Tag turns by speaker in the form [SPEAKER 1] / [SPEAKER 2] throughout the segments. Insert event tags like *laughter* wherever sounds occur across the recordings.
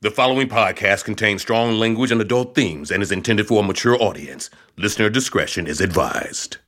[SPEAKER 1] The following podcast contains strong language and adult themes and is intended for a mature audience. Listener discretion is advised.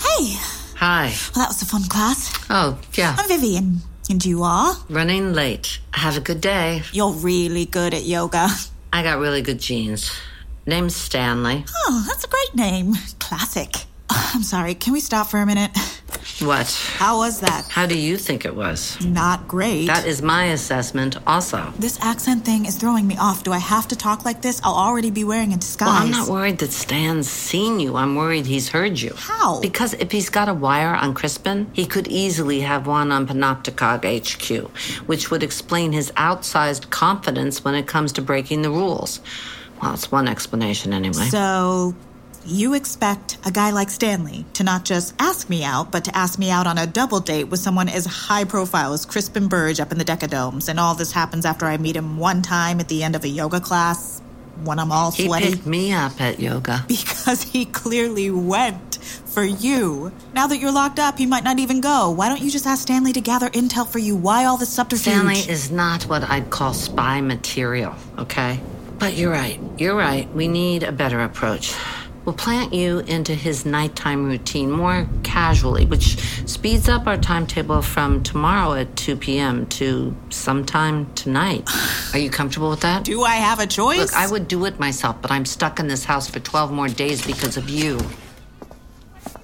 [SPEAKER 2] Hey,
[SPEAKER 3] Hi.
[SPEAKER 2] well, that was a fun class.
[SPEAKER 3] Oh, yeah.
[SPEAKER 2] I'm Vivian, and you are?
[SPEAKER 3] Running late. Have a good day.
[SPEAKER 2] You're really good at yoga.
[SPEAKER 3] I got really good jeans. Name's Stanley.
[SPEAKER 2] Oh, that's a great name. Classic. Oh, I'm sorry, can we stop for a minute?
[SPEAKER 3] What?
[SPEAKER 2] How was that?
[SPEAKER 3] How do you think it was?
[SPEAKER 2] Not great.
[SPEAKER 3] That is my assessment also. Well,
[SPEAKER 2] this accent thing is throwing me off. Do I have to talk like this? I'll already be wearing a disguise.
[SPEAKER 3] I'm not worried that Stan's seen you. I'm worried he's heard you.
[SPEAKER 2] How?
[SPEAKER 3] Because if he's got a wire on Crispin, he could easily have one on Panopticog HQ, which would explain his outsized confidence when it comes to breaking the rules. Well, it's one explanation anyway.
[SPEAKER 2] so, you expect a guy like Stanley to not just ask me out, but to ask me out on a double date with someone as high profile as Crispin Burge up in the Decadomes, and all this happens after I meet him one time at the end of a yoga class when I'm all
[SPEAKER 3] he
[SPEAKER 2] sweaty?
[SPEAKER 3] picked me up at yoga.
[SPEAKER 2] *laughs* Because he clearly went for you. Now that you're locked up, he might not even go. Why don't you just ask Stanley to gather intel for you? Why all the subterfuge?
[SPEAKER 3] Stanley is not what I'd call spy material, okay? But you're right. You're right. We need a better approach. We'll plant you into his nighttime routine more casually, which speeds up our timetable from tomorrow at 2 p.m. to sometime
[SPEAKER 2] *sighs*
[SPEAKER 3] tonight. Are you comfortable with that?
[SPEAKER 2] Do I have a choice?
[SPEAKER 3] Look, I would do it myself, but I'm stuck in this house for 12 more days because of you.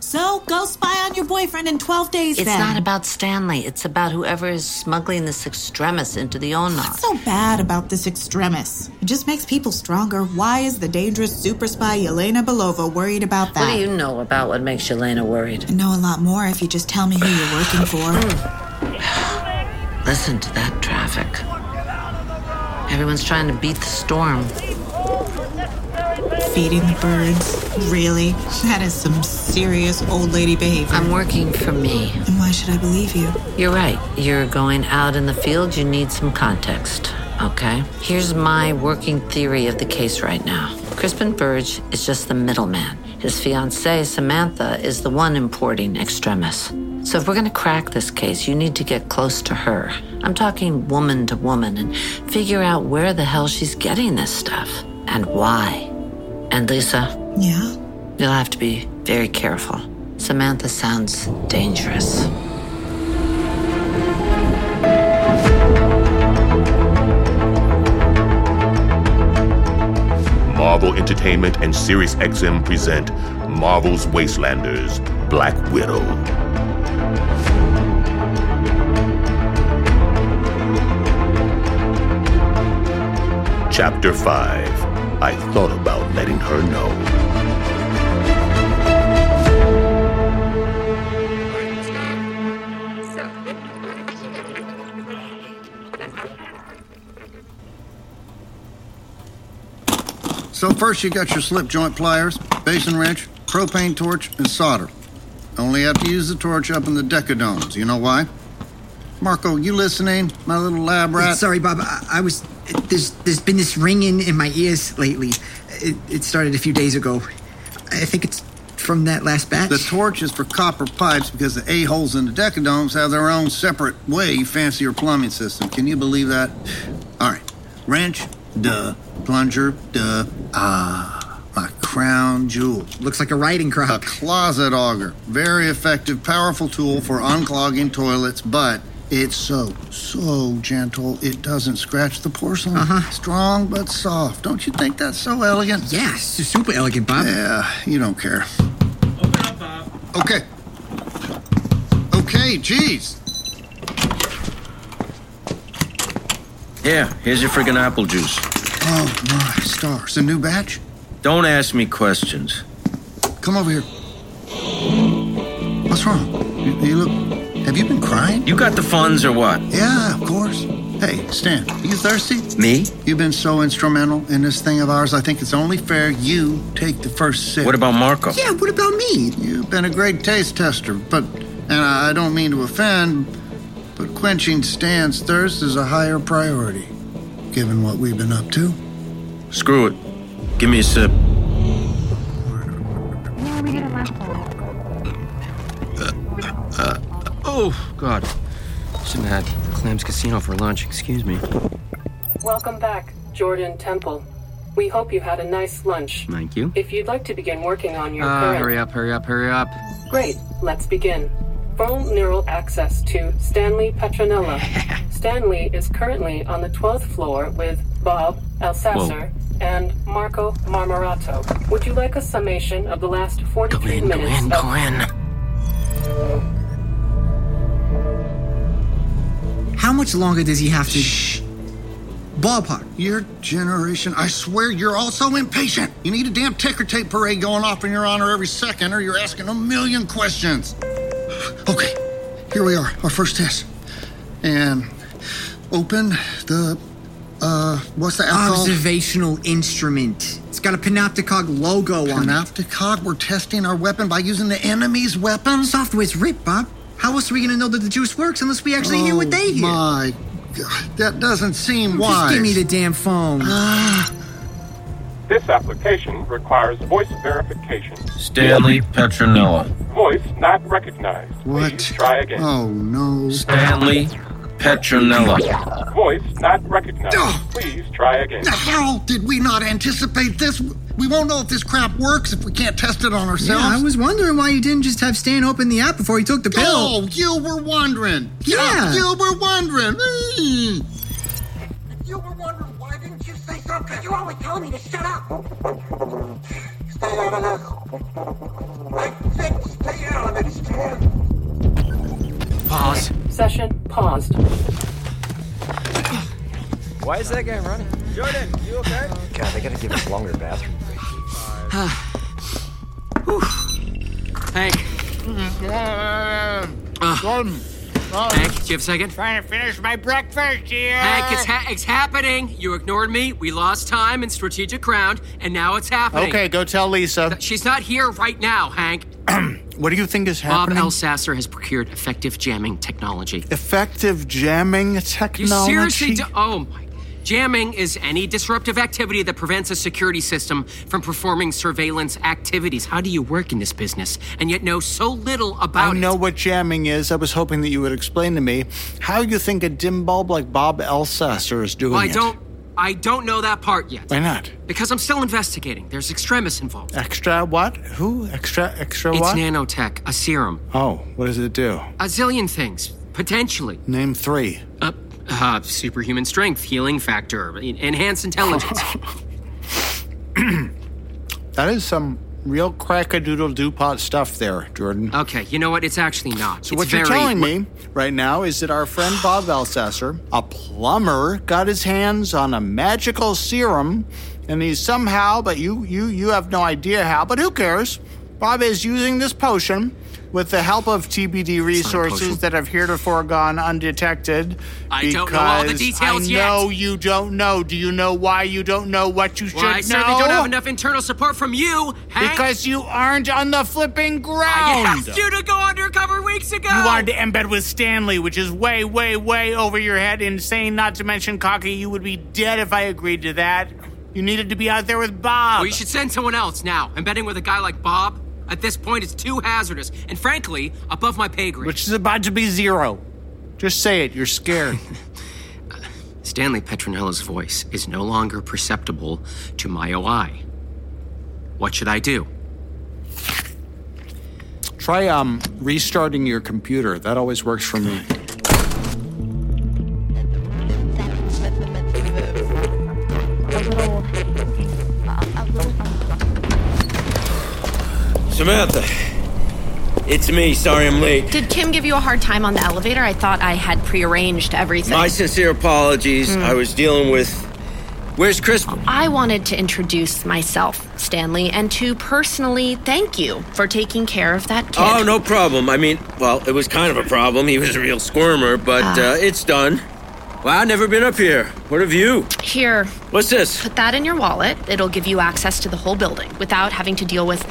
[SPEAKER 2] so go spy on your boyfriend in 12 days
[SPEAKER 3] It's
[SPEAKER 2] then.
[SPEAKER 3] not about Stanley. It's about whoever is smuggling this extremis into the Onar.
[SPEAKER 2] What's so bad about this extremis? It just makes people stronger. Why is the dangerous super spy Yelena Belova worried about that?
[SPEAKER 3] What do you know about what makes Yelena worried?
[SPEAKER 2] I know a lot more if you just tell me who you're working
[SPEAKER 3] Mm.
[SPEAKER 2] for.
[SPEAKER 3] Listen to that traffic. Everyone's trying to beat the storm.
[SPEAKER 2] Feeding the birds. Really? That is some serious old lady behavior.
[SPEAKER 3] I'm working for me.
[SPEAKER 2] and why should I believe you?
[SPEAKER 3] You're right. You're going out in the field. You need some context. Okay? Here's my working theory of the case right now Crispin Burge is just the middleman. His fiancee, Samantha, is the one importing extremis. So if we're going to crack this case, you need to get close to her. I'm talking woman to woman and figure out where the hell she's getting this stuff and why. And Lisa,
[SPEAKER 2] Yeah?
[SPEAKER 3] You'll have to be very careful. Samantha sounds dangerous.
[SPEAKER 1] Marvel Entertainment and Sirius XM present Marvel's Wastelanders Black Widow. Chapter 5 I Thought About Letting Her Know.
[SPEAKER 4] So first you got your slip joint pliers, basin wrench, propane torch, and solder. Only have to use the torch up in the decadomes. You know why? Marco, you listening? My little lab rat.
[SPEAKER 5] Sorry, Bob. I, I was there's there's been this ringing in my ears lately. It, it started a few days ago. I think it's from that last batch.
[SPEAKER 4] The torch is for copper pipes because the a holes in the decadomes have their own separate way fancier plumbing system. Can you believe that? All right, wrench, duh, plunger, duh, ah, my crown jewel.
[SPEAKER 5] Looks like a riding
[SPEAKER 4] A
[SPEAKER 5] crop.
[SPEAKER 4] closet auger. Very effective, powerful tool for unclogging toilets, but it's so, so gentle it doesn't scratch the porcelain.
[SPEAKER 5] Uh-huh.
[SPEAKER 4] Strong but soft. Don't you think that's so elegant?
[SPEAKER 5] Yeah, su- super elegant, Bob.
[SPEAKER 4] Yeah, you don't care. Okay. Okay, geez.
[SPEAKER 6] Yeah, here's your friggin' apple juice.
[SPEAKER 4] Oh my stars. A new batch?
[SPEAKER 6] Don't ask me questions.
[SPEAKER 4] Come over here. What's wrong? You, you look. Have you been crying?
[SPEAKER 6] You got the funds or what?
[SPEAKER 4] Yeah, of course. Hey, Stan, you thirsty?
[SPEAKER 6] Me?
[SPEAKER 4] You've been so instrumental in this thing of ours, I think it's only fair you take the first sip.
[SPEAKER 6] What about Marco?
[SPEAKER 5] Yeah, what about me?
[SPEAKER 4] You've been a great taste tester, but, and I I don't mean to offend, but quenching Stan's thirst is a higher priority, given what we've been up to.
[SPEAKER 6] Screw it. Give me a sip.
[SPEAKER 7] Oh, God. Shouldn't have had Clams Casino for lunch, excuse me.
[SPEAKER 8] Welcome back, Jordan Temple. We hope you had a nice lunch.
[SPEAKER 7] Thank you.
[SPEAKER 8] If you'd like to begin working on your
[SPEAKER 7] Ah,
[SPEAKER 8] current...
[SPEAKER 7] hurry up, hurry up, hurry up.
[SPEAKER 8] Great, let's begin. Full neural access to Stanley
[SPEAKER 7] *laughs*
[SPEAKER 8] Petronella. Stanley is currently on the 12th floor with Bob Elsasser and Marco Marmorato. Would you like a summation of the last 43
[SPEAKER 7] Go in, go
[SPEAKER 8] minutes
[SPEAKER 7] in,
[SPEAKER 8] of
[SPEAKER 7] go in.
[SPEAKER 5] How much longer does he have to? Ballpark.
[SPEAKER 4] Your generation, I swear you're all so impatient. You need a damn ticker tape parade going off in your honor every second, or you're asking a million questions. Okay, here we are, our first test. And open the, uh, what's the alcohol?
[SPEAKER 5] Observational instrument. It's got a Panopticog logo on it.
[SPEAKER 4] Panopticog, we're testing our weapon by using the enemy's weapon?
[SPEAKER 5] Software's ripped, Bob. How else are we gonna know that the juice works unless we actually hear what they hear?
[SPEAKER 4] Oh My God, that doesn't seem
[SPEAKER 5] Just
[SPEAKER 4] wise.
[SPEAKER 5] give me the damn phone.
[SPEAKER 4] Uh,
[SPEAKER 9] This application requires voice verification.
[SPEAKER 6] Stanley Petronella.
[SPEAKER 9] Voice not recognized.
[SPEAKER 4] What?
[SPEAKER 9] Please try again.
[SPEAKER 4] Oh no.
[SPEAKER 6] Stanley Petronella.
[SPEAKER 9] Voice not recognized.
[SPEAKER 4] Oh.
[SPEAKER 9] Please try again.
[SPEAKER 4] How did we not anticipate this? We won't know if this crap works if we can't test it on
[SPEAKER 5] yeah,
[SPEAKER 4] ourselves.
[SPEAKER 5] I was wondering why you didn't just have Stan open the app before he took the pill.
[SPEAKER 4] Oh, you were wondering.
[SPEAKER 5] Yeah.
[SPEAKER 4] You were wondering. Mm.
[SPEAKER 10] You were wondering why didn't you say something? You always tell me to shut up. Stay out of this. I said stay out of this. Ken.
[SPEAKER 7] Pause.
[SPEAKER 8] session paused?
[SPEAKER 11] Why is that guy running? Jordan, you okay? God, they gotta give us longer bathroom breaks.
[SPEAKER 7] Hank.
[SPEAKER 11] Mm-hmm.
[SPEAKER 7] Ah. Hank, do you have a second?
[SPEAKER 11] Trying to finish my breakfast here.
[SPEAKER 7] Hank, it's, ha- it's happening. You ignored me. We lost time in strategic round, and now it's happening.
[SPEAKER 11] Okay, go tell Lisa.
[SPEAKER 7] She's not here right now, Hank.
[SPEAKER 11] *clears throat* What do you think is
[SPEAKER 7] Bob
[SPEAKER 11] happening?
[SPEAKER 7] Elsasser has procured effective jamming technology.
[SPEAKER 11] Effective jamming
[SPEAKER 7] You
[SPEAKER 11] technology.
[SPEAKER 7] seriously do- Oh my. Jamming is any disruptive activity that prevents a security system from performing surveillance activities. How do you work in this business and yet know so little about
[SPEAKER 11] I know
[SPEAKER 7] it?
[SPEAKER 11] what jamming is. I was hoping that you would explain to me how you think a dim bulb like Bob Elsasser is doing
[SPEAKER 7] Well, I
[SPEAKER 11] it.
[SPEAKER 7] don't I don't know that part yet.
[SPEAKER 11] Why not?
[SPEAKER 7] Because I'm still investigating. There's extremists involved.
[SPEAKER 11] Extra what? Who? Extra extra
[SPEAKER 7] it's
[SPEAKER 11] what?
[SPEAKER 7] nanotech, a serum,
[SPEAKER 11] oh, what does it do?
[SPEAKER 7] a zillion things, potentially.
[SPEAKER 11] Name three.
[SPEAKER 7] Uh, uh, superhuman strength, healing factor, en-
[SPEAKER 11] *laughs*
[SPEAKER 7] enhanced intelligence.
[SPEAKER 11] That is some real crackadoodle doopot stuff there, Jordan.
[SPEAKER 7] okay, you know what? It's actually not.
[SPEAKER 11] So
[SPEAKER 7] it's
[SPEAKER 11] what
[SPEAKER 7] very,
[SPEAKER 11] you're telling me right now is that our friend Bob Alsasser, a plumber, got his hands on a magical serum, and he's somehow, but you you you have no idea how, but who cares? Bob is using this potion with the help of TBD
[SPEAKER 7] not a potion.
[SPEAKER 11] resources that have heretofore gone undetected.
[SPEAKER 7] I don't know all the
[SPEAKER 11] because
[SPEAKER 7] details
[SPEAKER 11] I
[SPEAKER 7] yet.
[SPEAKER 11] know you don't know. Do you know why you don't know what you should
[SPEAKER 7] Why,
[SPEAKER 11] know?
[SPEAKER 7] sir, they don't have enough internal support from you, Hank.
[SPEAKER 11] Because you aren't on the flipping
[SPEAKER 7] I
[SPEAKER 11] ground.
[SPEAKER 7] asked you to go undercover weeks ago.
[SPEAKER 11] You wanted to embed with Stanley, which is way, way, way over your head, insane, not to mention cocky. You would be dead if I agreed to that. You needed to be out there with Bob.
[SPEAKER 7] Well, you should send someone else now. Embedding with a guy like Bob at this point is too hazardous, and frankly, above my pay grade.
[SPEAKER 11] Which is about to be zero. Just say it. You're
[SPEAKER 12] *laughs*
[SPEAKER 11] scared.
[SPEAKER 7] Stanley Petronella's voice is no longer perceptible to my OI. What should I do?
[SPEAKER 11] Try um restarting your computer. That always works for me.
[SPEAKER 6] Samantha. It's me. Sorry I'm late.
[SPEAKER 13] Did Kim give you a hard time on the elevator? I thought I had prearranged everything.
[SPEAKER 6] My sincere apologies.
[SPEAKER 4] Hmm.
[SPEAKER 6] I was dealing with. Where's Crispin?
[SPEAKER 13] I wanted to introduce myself, Stanley, and to personally thank you for taking care of that kid.
[SPEAKER 6] Oh, no problem. I mean, well, it was kind of a problem. He was a real squirmer, but uh, it's done. Well, I've never been up here. What have you?
[SPEAKER 13] Here.
[SPEAKER 6] What's this?
[SPEAKER 13] Put that in your wallet. It'll give you access to the whole building without having to deal with,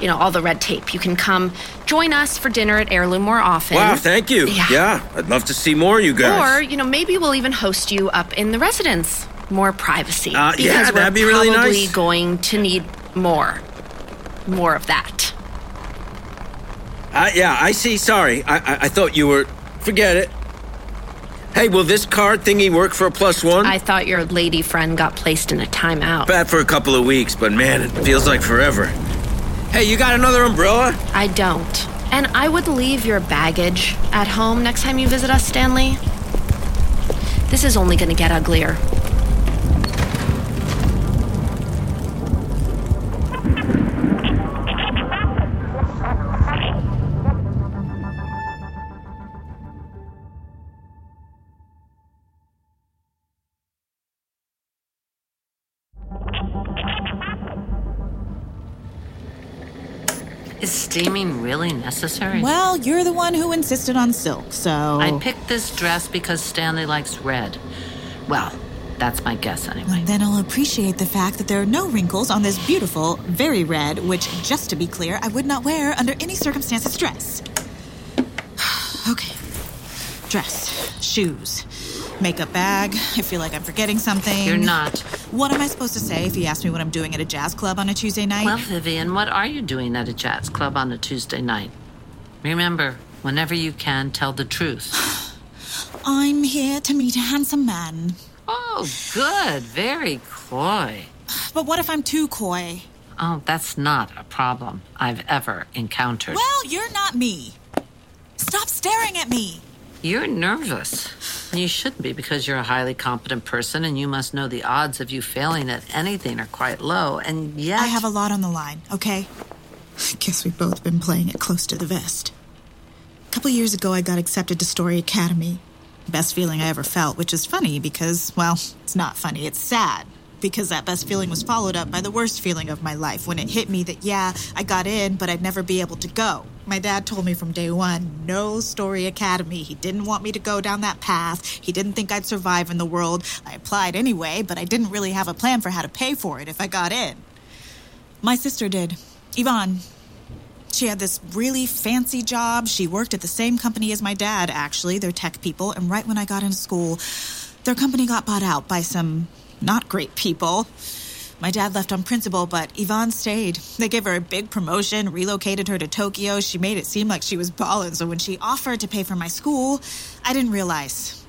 [SPEAKER 13] you know, all the red tape. You can come join us for dinner at Heirloom more often.
[SPEAKER 6] Wow, thank you.
[SPEAKER 13] Yeah.
[SPEAKER 6] I'd love to see more of you
[SPEAKER 13] Or,
[SPEAKER 6] guys.
[SPEAKER 13] you know, maybe we'll even host you up in the residence. More privacy.
[SPEAKER 6] Uh, yeah,
[SPEAKER 13] because we're
[SPEAKER 6] that'd be really
[SPEAKER 13] probably
[SPEAKER 6] nice.
[SPEAKER 13] going to need more. More of that.
[SPEAKER 6] I, yeah, I see. Sorry. I, I, I thought you were. Forget it. Hey, will this card thingy work for a plus one?
[SPEAKER 13] I thought your lady friend got placed in a timeout.
[SPEAKER 6] Bad for a couple of weeks, but man, it feels like forever. Hey, you got another umbrella?
[SPEAKER 13] I don't. And I would leave your baggage at home next time you visit us, Stanley. This is only going to get uglier.
[SPEAKER 3] Is steaming really necessary?
[SPEAKER 2] Well, you're the one who insisted on silk, so.
[SPEAKER 3] I picked this dress because Stanley likes red. Well, that's my guess anyway.
[SPEAKER 2] And then I'll appreciate the fact that there are no wrinkles on this beautiful, very red, which, just to be clear, I would not wear under any circumstances dress. *sighs* okay. Dress, shoes, makeup bag. I feel like I'm forgetting something.
[SPEAKER 3] You're not.
[SPEAKER 2] What am I supposed to say if you ask me what I'm doing at a jazz club on a Tuesday night?
[SPEAKER 3] Well, Vivian, what are you doing at a jazz club on a Tuesday night? Remember, whenever you can, tell the
[SPEAKER 2] *sighs*
[SPEAKER 3] truth.
[SPEAKER 2] I'm here to meet a handsome man.
[SPEAKER 3] Oh, good. Very coy.
[SPEAKER 2] But what if I'm too coy?
[SPEAKER 3] Oh, that's not a problem I've ever encountered.
[SPEAKER 2] Well, you're not me. Stop staring at me.
[SPEAKER 3] You're nervous. You should be because you're a highly competent person and you must know the odds of you failing at anything are quite low. And yet.
[SPEAKER 2] I have a lot on the line, okay? Guess we've both been playing it close to the vest. A couple years ago, I got accepted to Story Academy. Best feeling I ever felt, which is funny because, well, it's not funny, it's sad. Because that best feeling was followed up by the worst feeling of my life when it hit me that, yeah, I got in, but I'd never be able to go. My dad told me from day one no Story Academy. He didn't want me to go down that path. He didn't think I'd survive in the world. I applied anyway, but I didn't really have a plan for how to pay for it if I got in. My sister did. Yvonne. She had this really fancy job. She worked at the same company as my dad, actually. They're tech people. And right when I got into school, their company got bought out by some not great people. My dad left on principle, but Yvonne stayed. They gave her a big promotion, relocated her to Tokyo. She made it seem like she was ballin', so when she offered to pay for my school, I didn't realize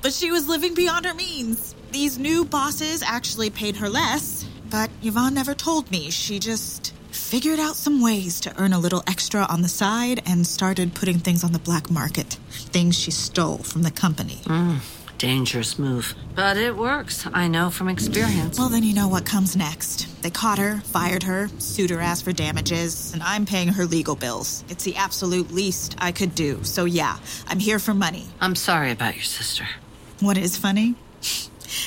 [SPEAKER 2] but she was living beyond her means. These new bosses actually paid her less, but Yvonne never told me. She just figured out some ways to earn a little extra on the side and started putting things on the black market, things she stole from the company.
[SPEAKER 3] Mm, dangerous move. But it works. I know from experience.
[SPEAKER 2] Well, then you know what comes next. They caught her, fired her, sued her ass for damages, and I'm paying her legal bills. It's the absolute least I could do. So, yeah, I'm here for money.
[SPEAKER 3] I'm sorry about your sister.
[SPEAKER 2] What is funny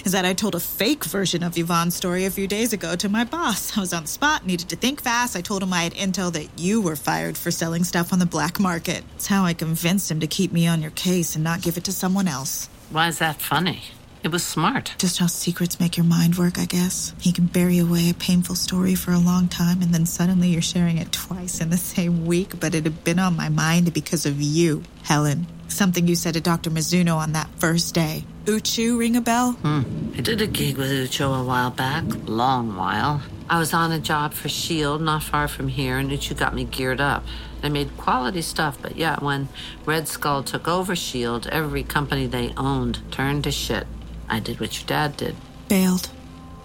[SPEAKER 2] is that I told a fake version of Yvonne's story a few days ago to my boss. I was on the spot, needed to think fast. I told him I had intel that you were fired for selling stuff on the black market. It's how I convinced him to keep me on your case and not give it to someone else.
[SPEAKER 3] Why is that funny? It was smart.
[SPEAKER 2] Just how secrets make your mind work, I guess. You can bury away a painful story for a long time, and then suddenly you're sharing it twice in the same week, but it had been on my mind because of you, Helen. Something you said to Dr. Mizuno on that first day. Uchu ring a bell?
[SPEAKER 3] Hmm. I did a gig with Ucho a while back, long while. I was on a job for Shield, E not far from here, and Ucho got me geared up. They made quality stuff, but yeah, when Red Skull took over Shield, E every company they owned turned to shit. I did what your dad did.
[SPEAKER 2] Bailed.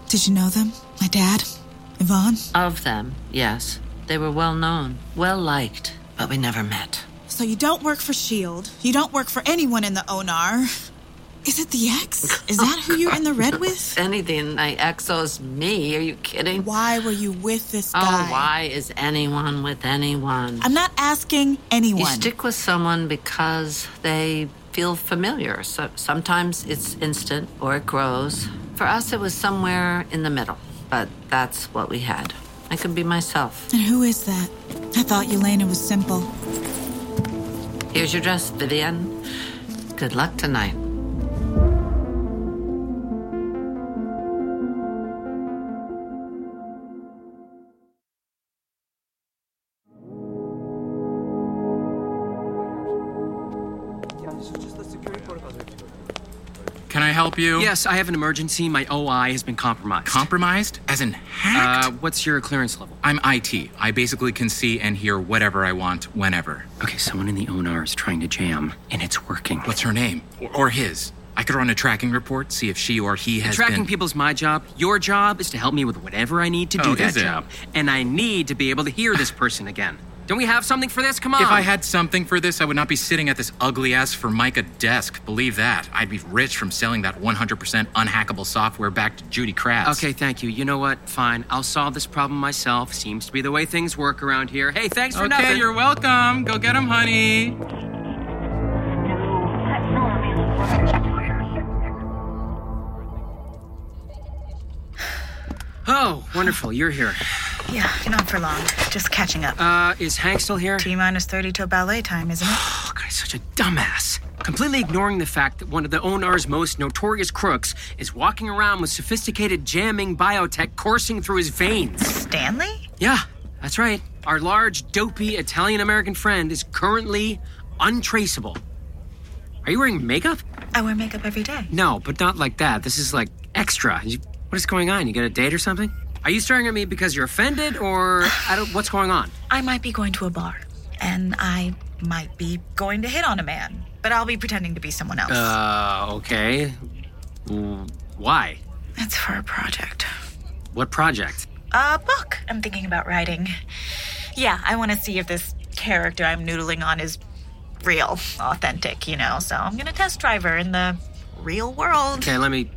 [SPEAKER 2] Did you know them? My dad? Yvonne?
[SPEAKER 3] Of them, yes, they were well known, well liked, but we never met.
[SPEAKER 2] So you don't work for S.H.I.E.L.D. E You don't work for anyone in the ONAR. Is it the X? Is that who you're in
[SPEAKER 3] *laughs*
[SPEAKER 2] the red with?
[SPEAKER 3] Anything I exos me? Are you kidding?
[SPEAKER 2] Why were you with this
[SPEAKER 3] Oh,
[SPEAKER 2] guy?
[SPEAKER 3] why is anyone with anyone?
[SPEAKER 2] I'm not asking anyone.
[SPEAKER 3] You stick with someone because they feel familiar. So sometimes it's instant or it grows. For us, it was somewhere in the middle, but that's what we had. I could be myself.
[SPEAKER 2] And who is that? I thought Elena was simple.
[SPEAKER 3] Here's your dress, Vivian. Good luck tonight.
[SPEAKER 12] Can I help you?
[SPEAKER 7] Yes, I have an emergency. My OI has been compromised.
[SPEAKER 12] Compromised? As in hacked?
[SPEAKER 7] Uh, what's your clearance level?
[SPEAKER 12] I'm IT. I basically can see and hear whatever I want, whenever.
[SPEAKER 7] Okay, someone in the ONR is trying to jam, and it's working.
[SPEAKER 12] What's her name? Or, or his? I could run a tracking report, see if she or he has
[SPEAKER 7] Tracking
[SPEAKER 12] been...
[SPEAKER 7] people's my job. Your job is to help me with whatever I need to do
[SPEAKER 12] Oh,
[SPEAKER 7] that
[SPEAKER 12] is it?
[SPEAKER 7] job. And I need to be able to hear this person again. Don't we have something for this? Come on.
[SPEAKER 12] If I had something for this, I would not be sitting at this ugly ass Formica desk. Believe that. I'd be rich from selling that 100% unhackable software back to Judy Kratz.
[SPEAKER 7] Okay, thank you. You know what? Fine. I'll solve this problem myself. Seems to be the way things work around here. Hey, thanks for
[SPEAKER 12] okay,
[SPEAKER 7] nothing.
[SPEAKER 12] you're welcome. Go get him, honey.
[SPEAKER 7] *sighs* Oh, wonderful. You're here.
[SPEAKER 2] Yeah, not for long. Just catching up.
[SPEAKER 7] Uh, is Hank still here?
[SPEAKER 2] T minus 30 till ballet time, isn't it?
[SPEAKER 7] Look, I'm such a dumbass. Completely ignoring the fact that one of the ONR's most notorious crooks is walking around with sophisticated jamming biotech coursing through his veins.
[SPEAKER 2] Stanley?
[SPEAKER 7] Yeah, that's right. Our large, dopey Italian American friend is currently untraceable. Are you wearing makeup?
[SPEAKER 2] I wear makeup every day.
[SPEAKER 7] No, but not like that. This is like extra. You- what is going on? You got a date or something? Are you staring at me because you're offended or I don't, what's going on?
[SPEAKER 2] I might be going to a bar, and I might be going to hit on a man, but I'll be pretending to be someone else.
[SPEAKER 7] Uh, okay. Mm, Why?
[SPEAKER 2] That's for a project.
[SPEAKER 7] What project?
[SPEAKER 2] A book I'm thinking about writing. Yeah, I want to see if this character I'm noodling on is real, authentic, you know, so I'm going to test drive her in the real world.
[SPEAKER 7] Okay, let me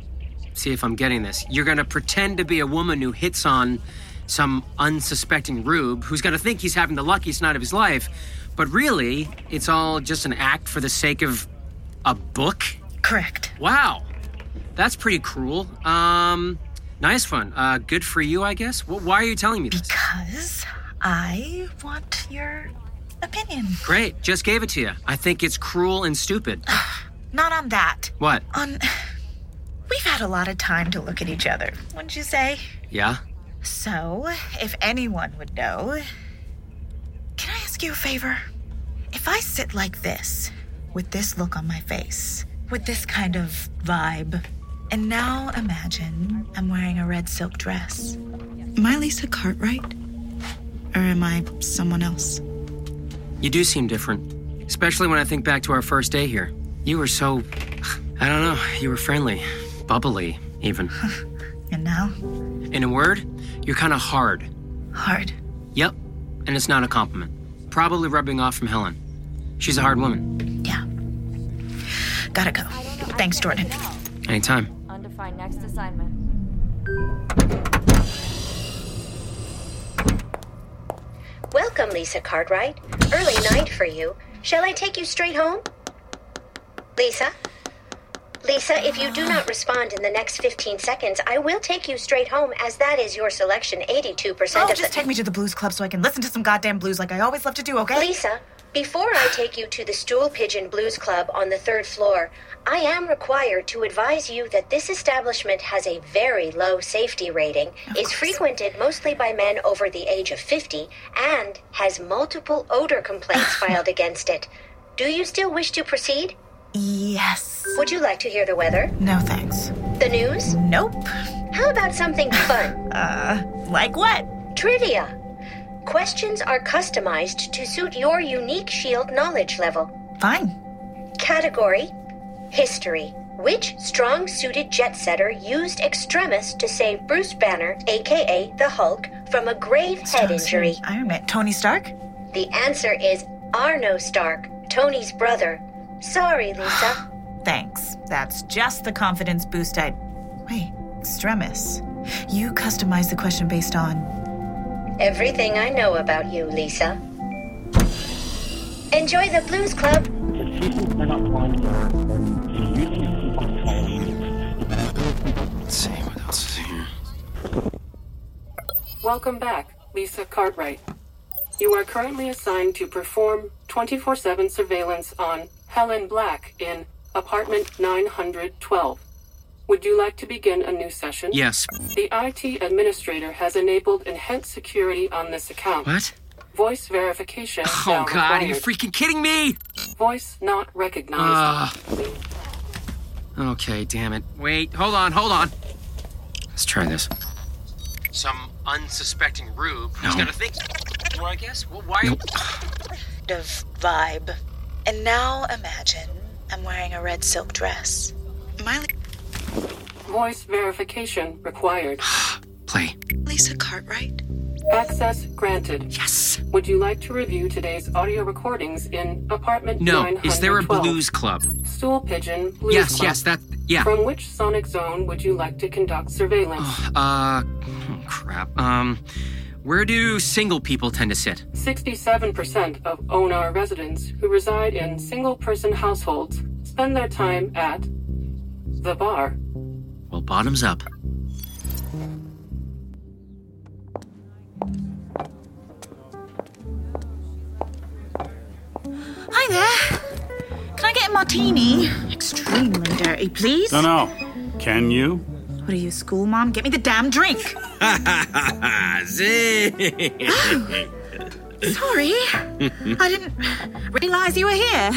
[SPEAKER 7] see if I'm getting this. You're gonna pretend to be a woman who hits on some unsuspecting rube who's gonna think he's having the luckiest night of his life, but really, it's all just an act for the sake of a book?
[SPEAKER 2] Correct.
[SPEAKER 7] Wow. That's pretty cruel. Um, nice one. Uh, good for you, I guess. Wh- why are you telling me this?
[SPEAKER 2] Because I want your opinion.
[SPEAKER 7] Great, just gave it to you. I think it's cruel and stupid.
[SPEAKER 2] Not on that.
[SPEAKER 7] What?
[SPEAKER 2] On. Um, We've had a lot of time to look at each other, wouldn't you say?
[SPEAKER 7] Yeah?
[SPEAKER 2] So, if anyone would know, can I ask you a favor? If I sit like this, with this look on my face, with this kind of vibe, and now imagine I'm wearing a red silk dress, am I Lisa Cartwright? Or am I someone else?
[SPEAKER 7] You do seem different, especially when I think back to our first day here. You were so. *sighs* I don't know, you were friendly, bubbly, even.
[SPEAKER 2] And now?
[SPEAKER 7] In a word, you're kind of hard.
[SPEAKER 2] Hard.
[SPEAKER 7] Yep, and it's not a compliment. Probably rubbing off from Helen. She's a hard woman.
[SPEAKER 2] Gotta go. Thanks, Jordan.
[SPEAKER 7] Anytime.
[SPEAKER 14] Undefined next assignment.
[SPEAKER 15] Welcome, Lisa Cartwright. Early night for you. Shall I take you straight home? Lisa? Lisa, if you do not respond in the next 15 seconds, I will take you straight home as that is your selection 82%
[SPEAKER 2] Oh,
[SPEAKER 15] of
[SPEAKER 2] just
[SPEAKER 15] the
[SPEAKER 2] take me to the blues club so I can listen to some goddamn blues like I always love to do, okay?
[SPEAKER 15] Lisa, before I take you to the Stool Pigeon Blues Club on the third floor, I am required to advise you that this establishment has a very low safety rating, is frequented mostly by men over the age of 50, and has multiple odor complaints
[SPEAKER 2] *laughs*
[SPEAKER 15] filed against it. Do you still wish to proceed?
[SPEAKER 2] Yes.
[SPEAKER 15] Would you like to hear the weather?
[SPEAKER 2] No thanks.
[SPEAKER 15] The news?
[SPEAKER 2] Nope.
[SPEAKER 15] How about something
[SPEAKER 2] *laughs*
[SPEAKER 15] fun?
[SPEAKER 2] Uh, like what?
[SPEAKER 15] Trivia. Questions are customized to suit your unique shield knowledge level.
[SPEAKER 2] Fine.
[SPEAKER 15] Category History. Which strong suited jet setter used Extremis to save Bruce Banner, aka the Hulk, from a grave head injury?
[SPEAKER 2] Iron Man. Tony Stark?
[SPEAKER 15] The answer is Arno Stark, Tony's brother. Sorry,
[SPEAKER 2] *sighs*
[SPEAKER 15] Lisa.
[SPEAKER 2] Thanks. That's just the confidence boost I. Wait, Extremis. You customized the question based on.
[SPEAKER 15] Everything I know about you, Lisa. Enjoy the Blues Club.
[SPEAKER 7] Let's see what else is here.
[SPEAKER 8] Welcome back, Lisa Cartwright. You are currently assigned to perform 24 7 surveillance on Helen Black in apartment 912. Would you like to begin a new session?
[SPEAKER 7] Yes.
[SPEAKER 8] The IT administrator has enabled enhanced security on this account.
[SPEAKER 7] What?
[SPEAKER 8] Voice verification.
[SPEAKER 7] Oh,
[SPEAKER 8] now
[SPEAKER 7] God, are you
[SPEAKER 8] required.
[SPEAKER 7] freaking kidding me?
[SPEAKER 8] Voice not recognized.
[SPEAKER 7] Ah. Okay, damn it. Wait, hold on, hold on.
[SPEAKER 12] Let's try this.
[SPEAKER 7] Some unsuspecting rube who's
[SPEAKER 12] No.
[SPEAKER 7] gonna think. Well, I guess. Well, why?
[SPEAKER 16] of vibe. And now imagine I'm wearing a red silk dress. My
[SPEAKER 8] Voice verification
[SPEAKER 7] *sighs*
[SPEAKER 8] required.
[SPEAKER 12] Play.
[SPEAKER 16] Lisa Cartwright?
[SPEAKER 8] Access granted. Yes. Would you like to review today's audio recordings in apartment
[SPEAKER 7] No,
[SPEAKER 8] 912?
[SPEAKER 7] is there a blues club?
[SPEAKER 8] Stool pigeon. Blues
[SPEAKER 7] yes,
[SPEAKER 8] Club.
[SPEAKER 7] yes, that. Yeah.
[SPEAKER 8] From which sonic zone would you like to conduct surveillance?
[SPEAKER 7] Uh, oh, crap. Um, where do single people tend to sit?
[SPEAKER 8] 67% of ONAR residents who reside in single person households spend their time at the bar.
[SPEAKER 12] Well, bottoms up.
[SPEAKER 2] Hi there. Can I get a martini? Extremely dirty, please.
[SPEAKER 17] No, no. Can
[SPEAKER 6] *laughs*
[SPEAKER 17] you?
[SPEAKER 2] What are you, school mom? Get me the damn drink.
[SPEAKER 6] Zing!
[SPEAKER 2] Sorry,
[SPEAKER 17] *laughs*
[SPEAKER 2] I didn't realize you were here.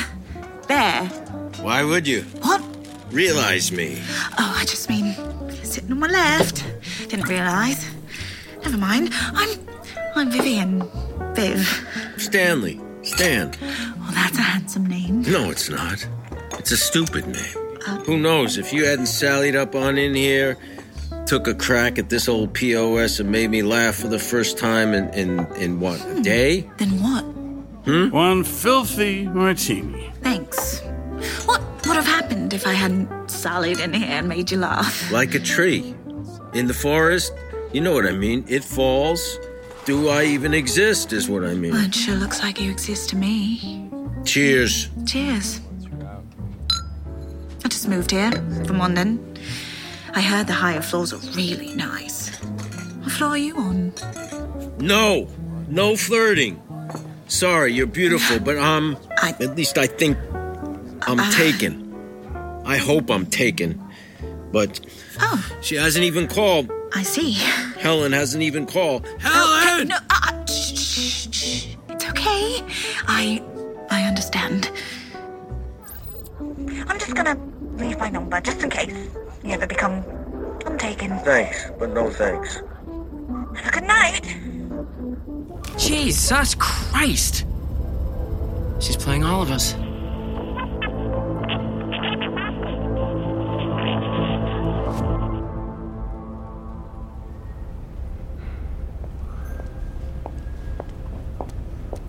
[SPEAKER 2] There.
[SPEAKER 6] Why would you?
[SPEAKER 2] What?
[SPEAKER 6] Realize me.
[SPEAKER 2] Oh, I just mean sitting on my left. Didn't realize. Never mind. I'm I'm Vivian. Viv.
[SPEAKER 6] Stanley. Stan.
[SPEAKER 2] Well, that's a handsome name.
[SPEAKER 6] No, it's not. It's a stupid name.
[SPEAKER 2] Uh.
[SPEAKER 6] Who knows? If you hadn't sallied up on in here, took a crack at this old POS and made me laugh for the first time in, in, in what, a day?
[SPEAKER 2] Hmm. Then what?
[SPEAKER 17] Hmm? One filthy martini.
[SPEAKER 2] Thanks. What would have happened if I hadn't sallied in here and made you laugh?
[SPEAKER 6] Like a tree. In the forest, you know what I mean. It falls. Do I even exist, is what I
[SPEAKER 2] Well,
[SPEAKER 6] mean.
[SPEAKER 2] it sure looks like you exist to me.
[SPEAKER 6] Cheers.
[SPEAKER 2] Cheers. I just moved here from London. I heard the higher floors are really nice. What floor are you on?
[SPEAKER 6] No, no flirting. Sorry, you're beautiful, but um, at least I think I'm taken. I hope I'm taken, but she hasn't even called.
[SPEAKER 2] I see.
[SPEAKER 6] Helen hasn't even called.
[SPEAKER 2] Helen! no, uh, shh, shh, shh. It's okay. I, I understand.
[SPEAKER 16] I'm just gonna leave my number just in case you ever become untaken.
[SPEAKER 9] Thanks, but no thanks.
[SPEAKER 16] Good night.
[SPEAKER 7] Jesus Christ! She's playing all of us.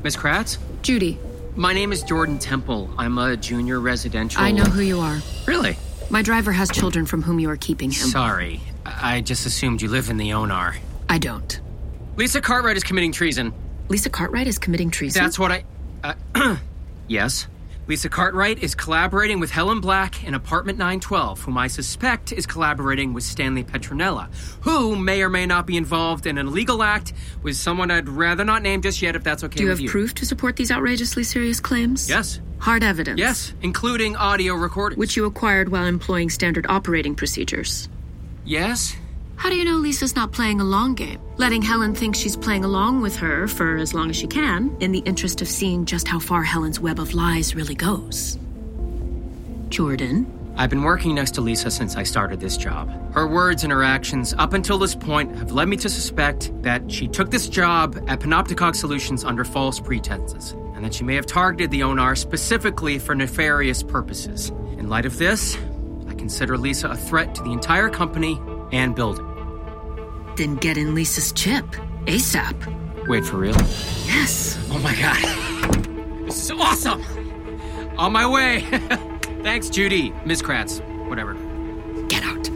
[SPEAKER 7] Miss Kratz?
[SPEAKER 18] Judy.
[SPEAKER 7] My name is Jordan Temple. I'm a junior residential.
[SPEAKER 18] I know who you are.
[SPEAKER 7] Really?
[SPEAKER 18] My driver has children from whom you are keeping him.
[SPEAKER 7] Sorry. I I just assumed you live in the Onar.
[SPEAKER 18] I don't.
[SPEAKER 7] Lisa Cartwright is committing treason.
[SPEAKER 18] Lisa Cartwright is committing treason.
[SPEAKER 7] That's what I. Uh, *clears throat* yes? Lisa Cartwright is collaborating with Helen Black in Apartment 912, whom I suspect is collaborating with Stanley Petronella, who may or may not be involved in an illegal act with someone I'd rather not name just yet, if that's okay
[SPEAKER 18] Do you
[SPEAKER 7] with
[SPEAKER 18] have
[SPEAKER 7] you.
[SPEAKER 18] proof to support these outrageously serious claims?
[SPEAKER 7] Yes.
[SPEAKER 18] Hard evidence.
[SPEAKER 7] Yes, including audio recordings.
[SPEAKER 18] Which you acquired while employing standard operating procedures.
[SPEAKER 7] Yes?
[SPEAKER 18] How do you know Lisa's not playing a long game? Letting Helen think she's playing along with her for as long as she can, in the interest of seeing just how far Helen's web of lies really goes. Jordan?
[SPEAKER 7] I've been working next to Lisa since I started this job. Her words and her actions up until this point have led me to suspect that she took this job at Panopticon Solutions under false pretenses, and that she may have targeted the Onar specifically for nefarious purposes. In light of this, I consider Lisa a threat to the entire company and building.
[SPEAKER 18] Then get in Lisa's chip. ASAP.
[SPEAKER 7] Wait for real?
[SPEAKER 18] Yes.
[SPEAKER 7] Oh my god. This is awesome! On my way! *laughs* Thanks, Judy. Miss Kratz. Whatever.
[SPEAKER 18] Get out.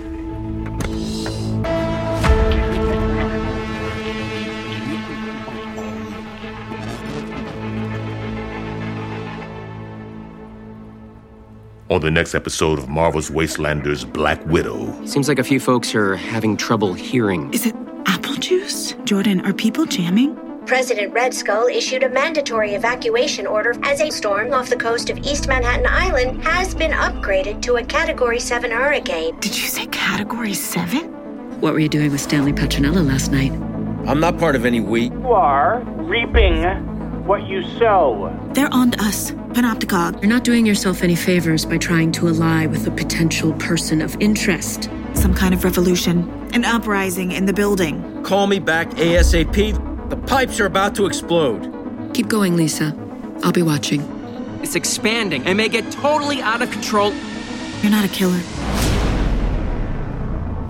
[SPEAKER 1] On the next episode of Marvel's Wastelanders Black Widow.
[SPEAKER 7] Seems like a few folks are having trouble hearing.
[SPEAKER 2] Is it apple juice? Jordan, are people jamming?
[SPEAKER 15] President Red Skull issued a mandatory evacuation order as a storm off the coast of East Manhattan Island has been upgraded to a Category 7 hurricane.
[SPEAKER 2] Did you say Category 7?
[SPEAKER 18] What were you doing with Stanley Petronella last night?
[SPEAKER 6] I'm not part of any we.
[SPEAKER 19] You are reaping what you sow.
[SPEAKER 18] They're on to us, Panopticon. You're not doing yourself any favors by trying to ally with a potential person of interest.
[SPEAKER 2] Some kind of revolution, an uprising in the building.
[SPEAKER 6] Call me back ASAP. The pipes are about to explode.
[SPEAKER 18] Keep going, Lisa. I'll be watching.
[SPEAKER 7] It's expanding and may get totally out of control.
[SPEAKER 2] You're not a killer.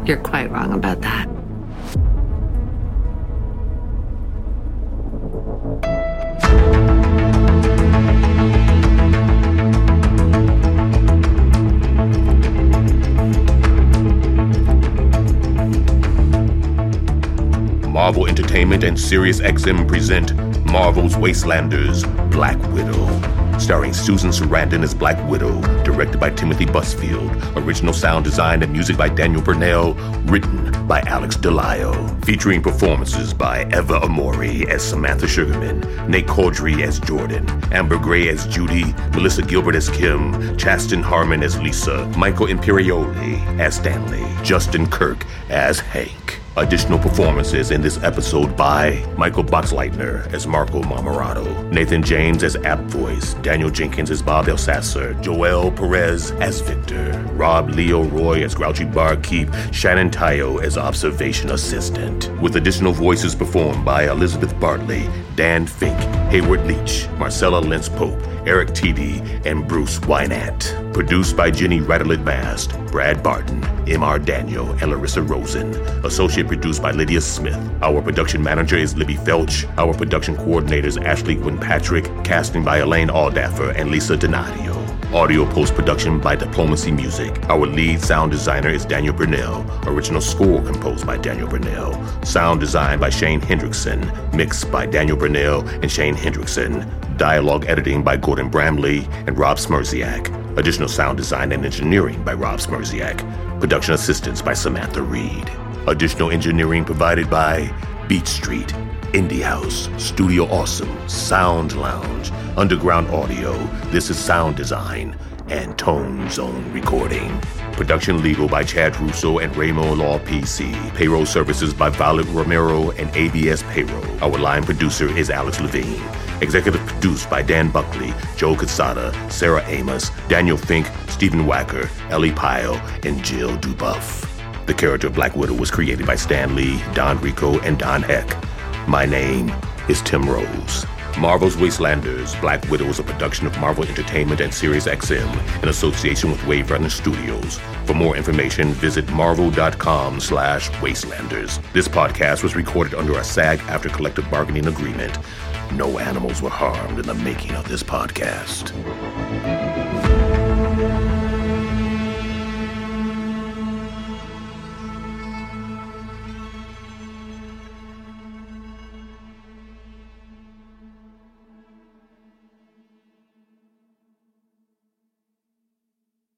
[SPEAKER 3] You're quite wrong about that.
[SPEAKER 1] Marvel Entertainment and Sirius XM present Marvel's Wastelanders Black Widow. Starring Susan Sarandon as Black Widow, directed by Timothy Busfield. Original sound design and music by Daniel Burnell, written by Alex DeLio. Featuring performances by Eva Amori as Samantha Sugarman, Nate Caudry as Jordan, Amber Gray as Judy, Melissa Gilbert as Kim, Chasten Harmon as Lisa, Michael Imperioli as Stanley, Justin Kirk as Hank. Additional performances in this episode by Michael Boxleitner as Marco Marmorato, Nathan James as App Voice, Daniel Jenkins as Bob Elsasser, Joel Perez as Victor, Rob Leo Roy as Grouchy Barkeep, Shannon Tayo as Observation Assistant, with additional voices performed by Elizabeth Bartley, Dan Fink, Hayward Leach, Marcella Lentz Pope, Eric TD, and Bruce Wynant. Produced by Jenny Rattlet Bast, Brad Barton, M.R. Daniel, and Larissa Rosen. Associate produced by Lydia Smith. Our production manager is Libby Felch. Our production coordinators Ashley Gwynn Patrick, casting by Elaine Aldaffer and Lisa Donadio. Audio post production by Diplomacy Music. Our lead sound designer is Daniel Burnell. Original score composed by Daniel Burnell. Sound design by Shane Hendrickson. Mixed by Daniel Burnell and Shane Hendrickson. Dialogue editing by Gordon Bramley and Rob Smirziak. Additional sound design and engineering by Rob Smirziak. Production assistance by Samantha Reed. Additional engineering provided by Beat Street, Indie House, Studio Awesome, Sound Lounge, Underground Audio, This is Sound Design, and Tone Zone Recording. Production legal by Chad Russo and Ramo Law PC. Payroll services by Violet Romero and ABS Payroll. Our line producer is Alex Levine. Executive produced by Dan Buckley, Joe Casada, Sarah Amos, Daniel Fink, Stephen Wacker, Ellie Pyle, and Jill Dubuff. The character of Black Widow was created by Stan Lee, Don Rico, and Don Heck. My name is Tim Rose. Marvel's Wastelanders, Black Widow is a production of Marvel Entertainment and Sirius XM in association with Wave Runner Studios. For more information, visit marvel.com slash wastelanders. This podcast was recorded under a SAG after collective bargaining agreement. No animals were harmed in the making of this podcast.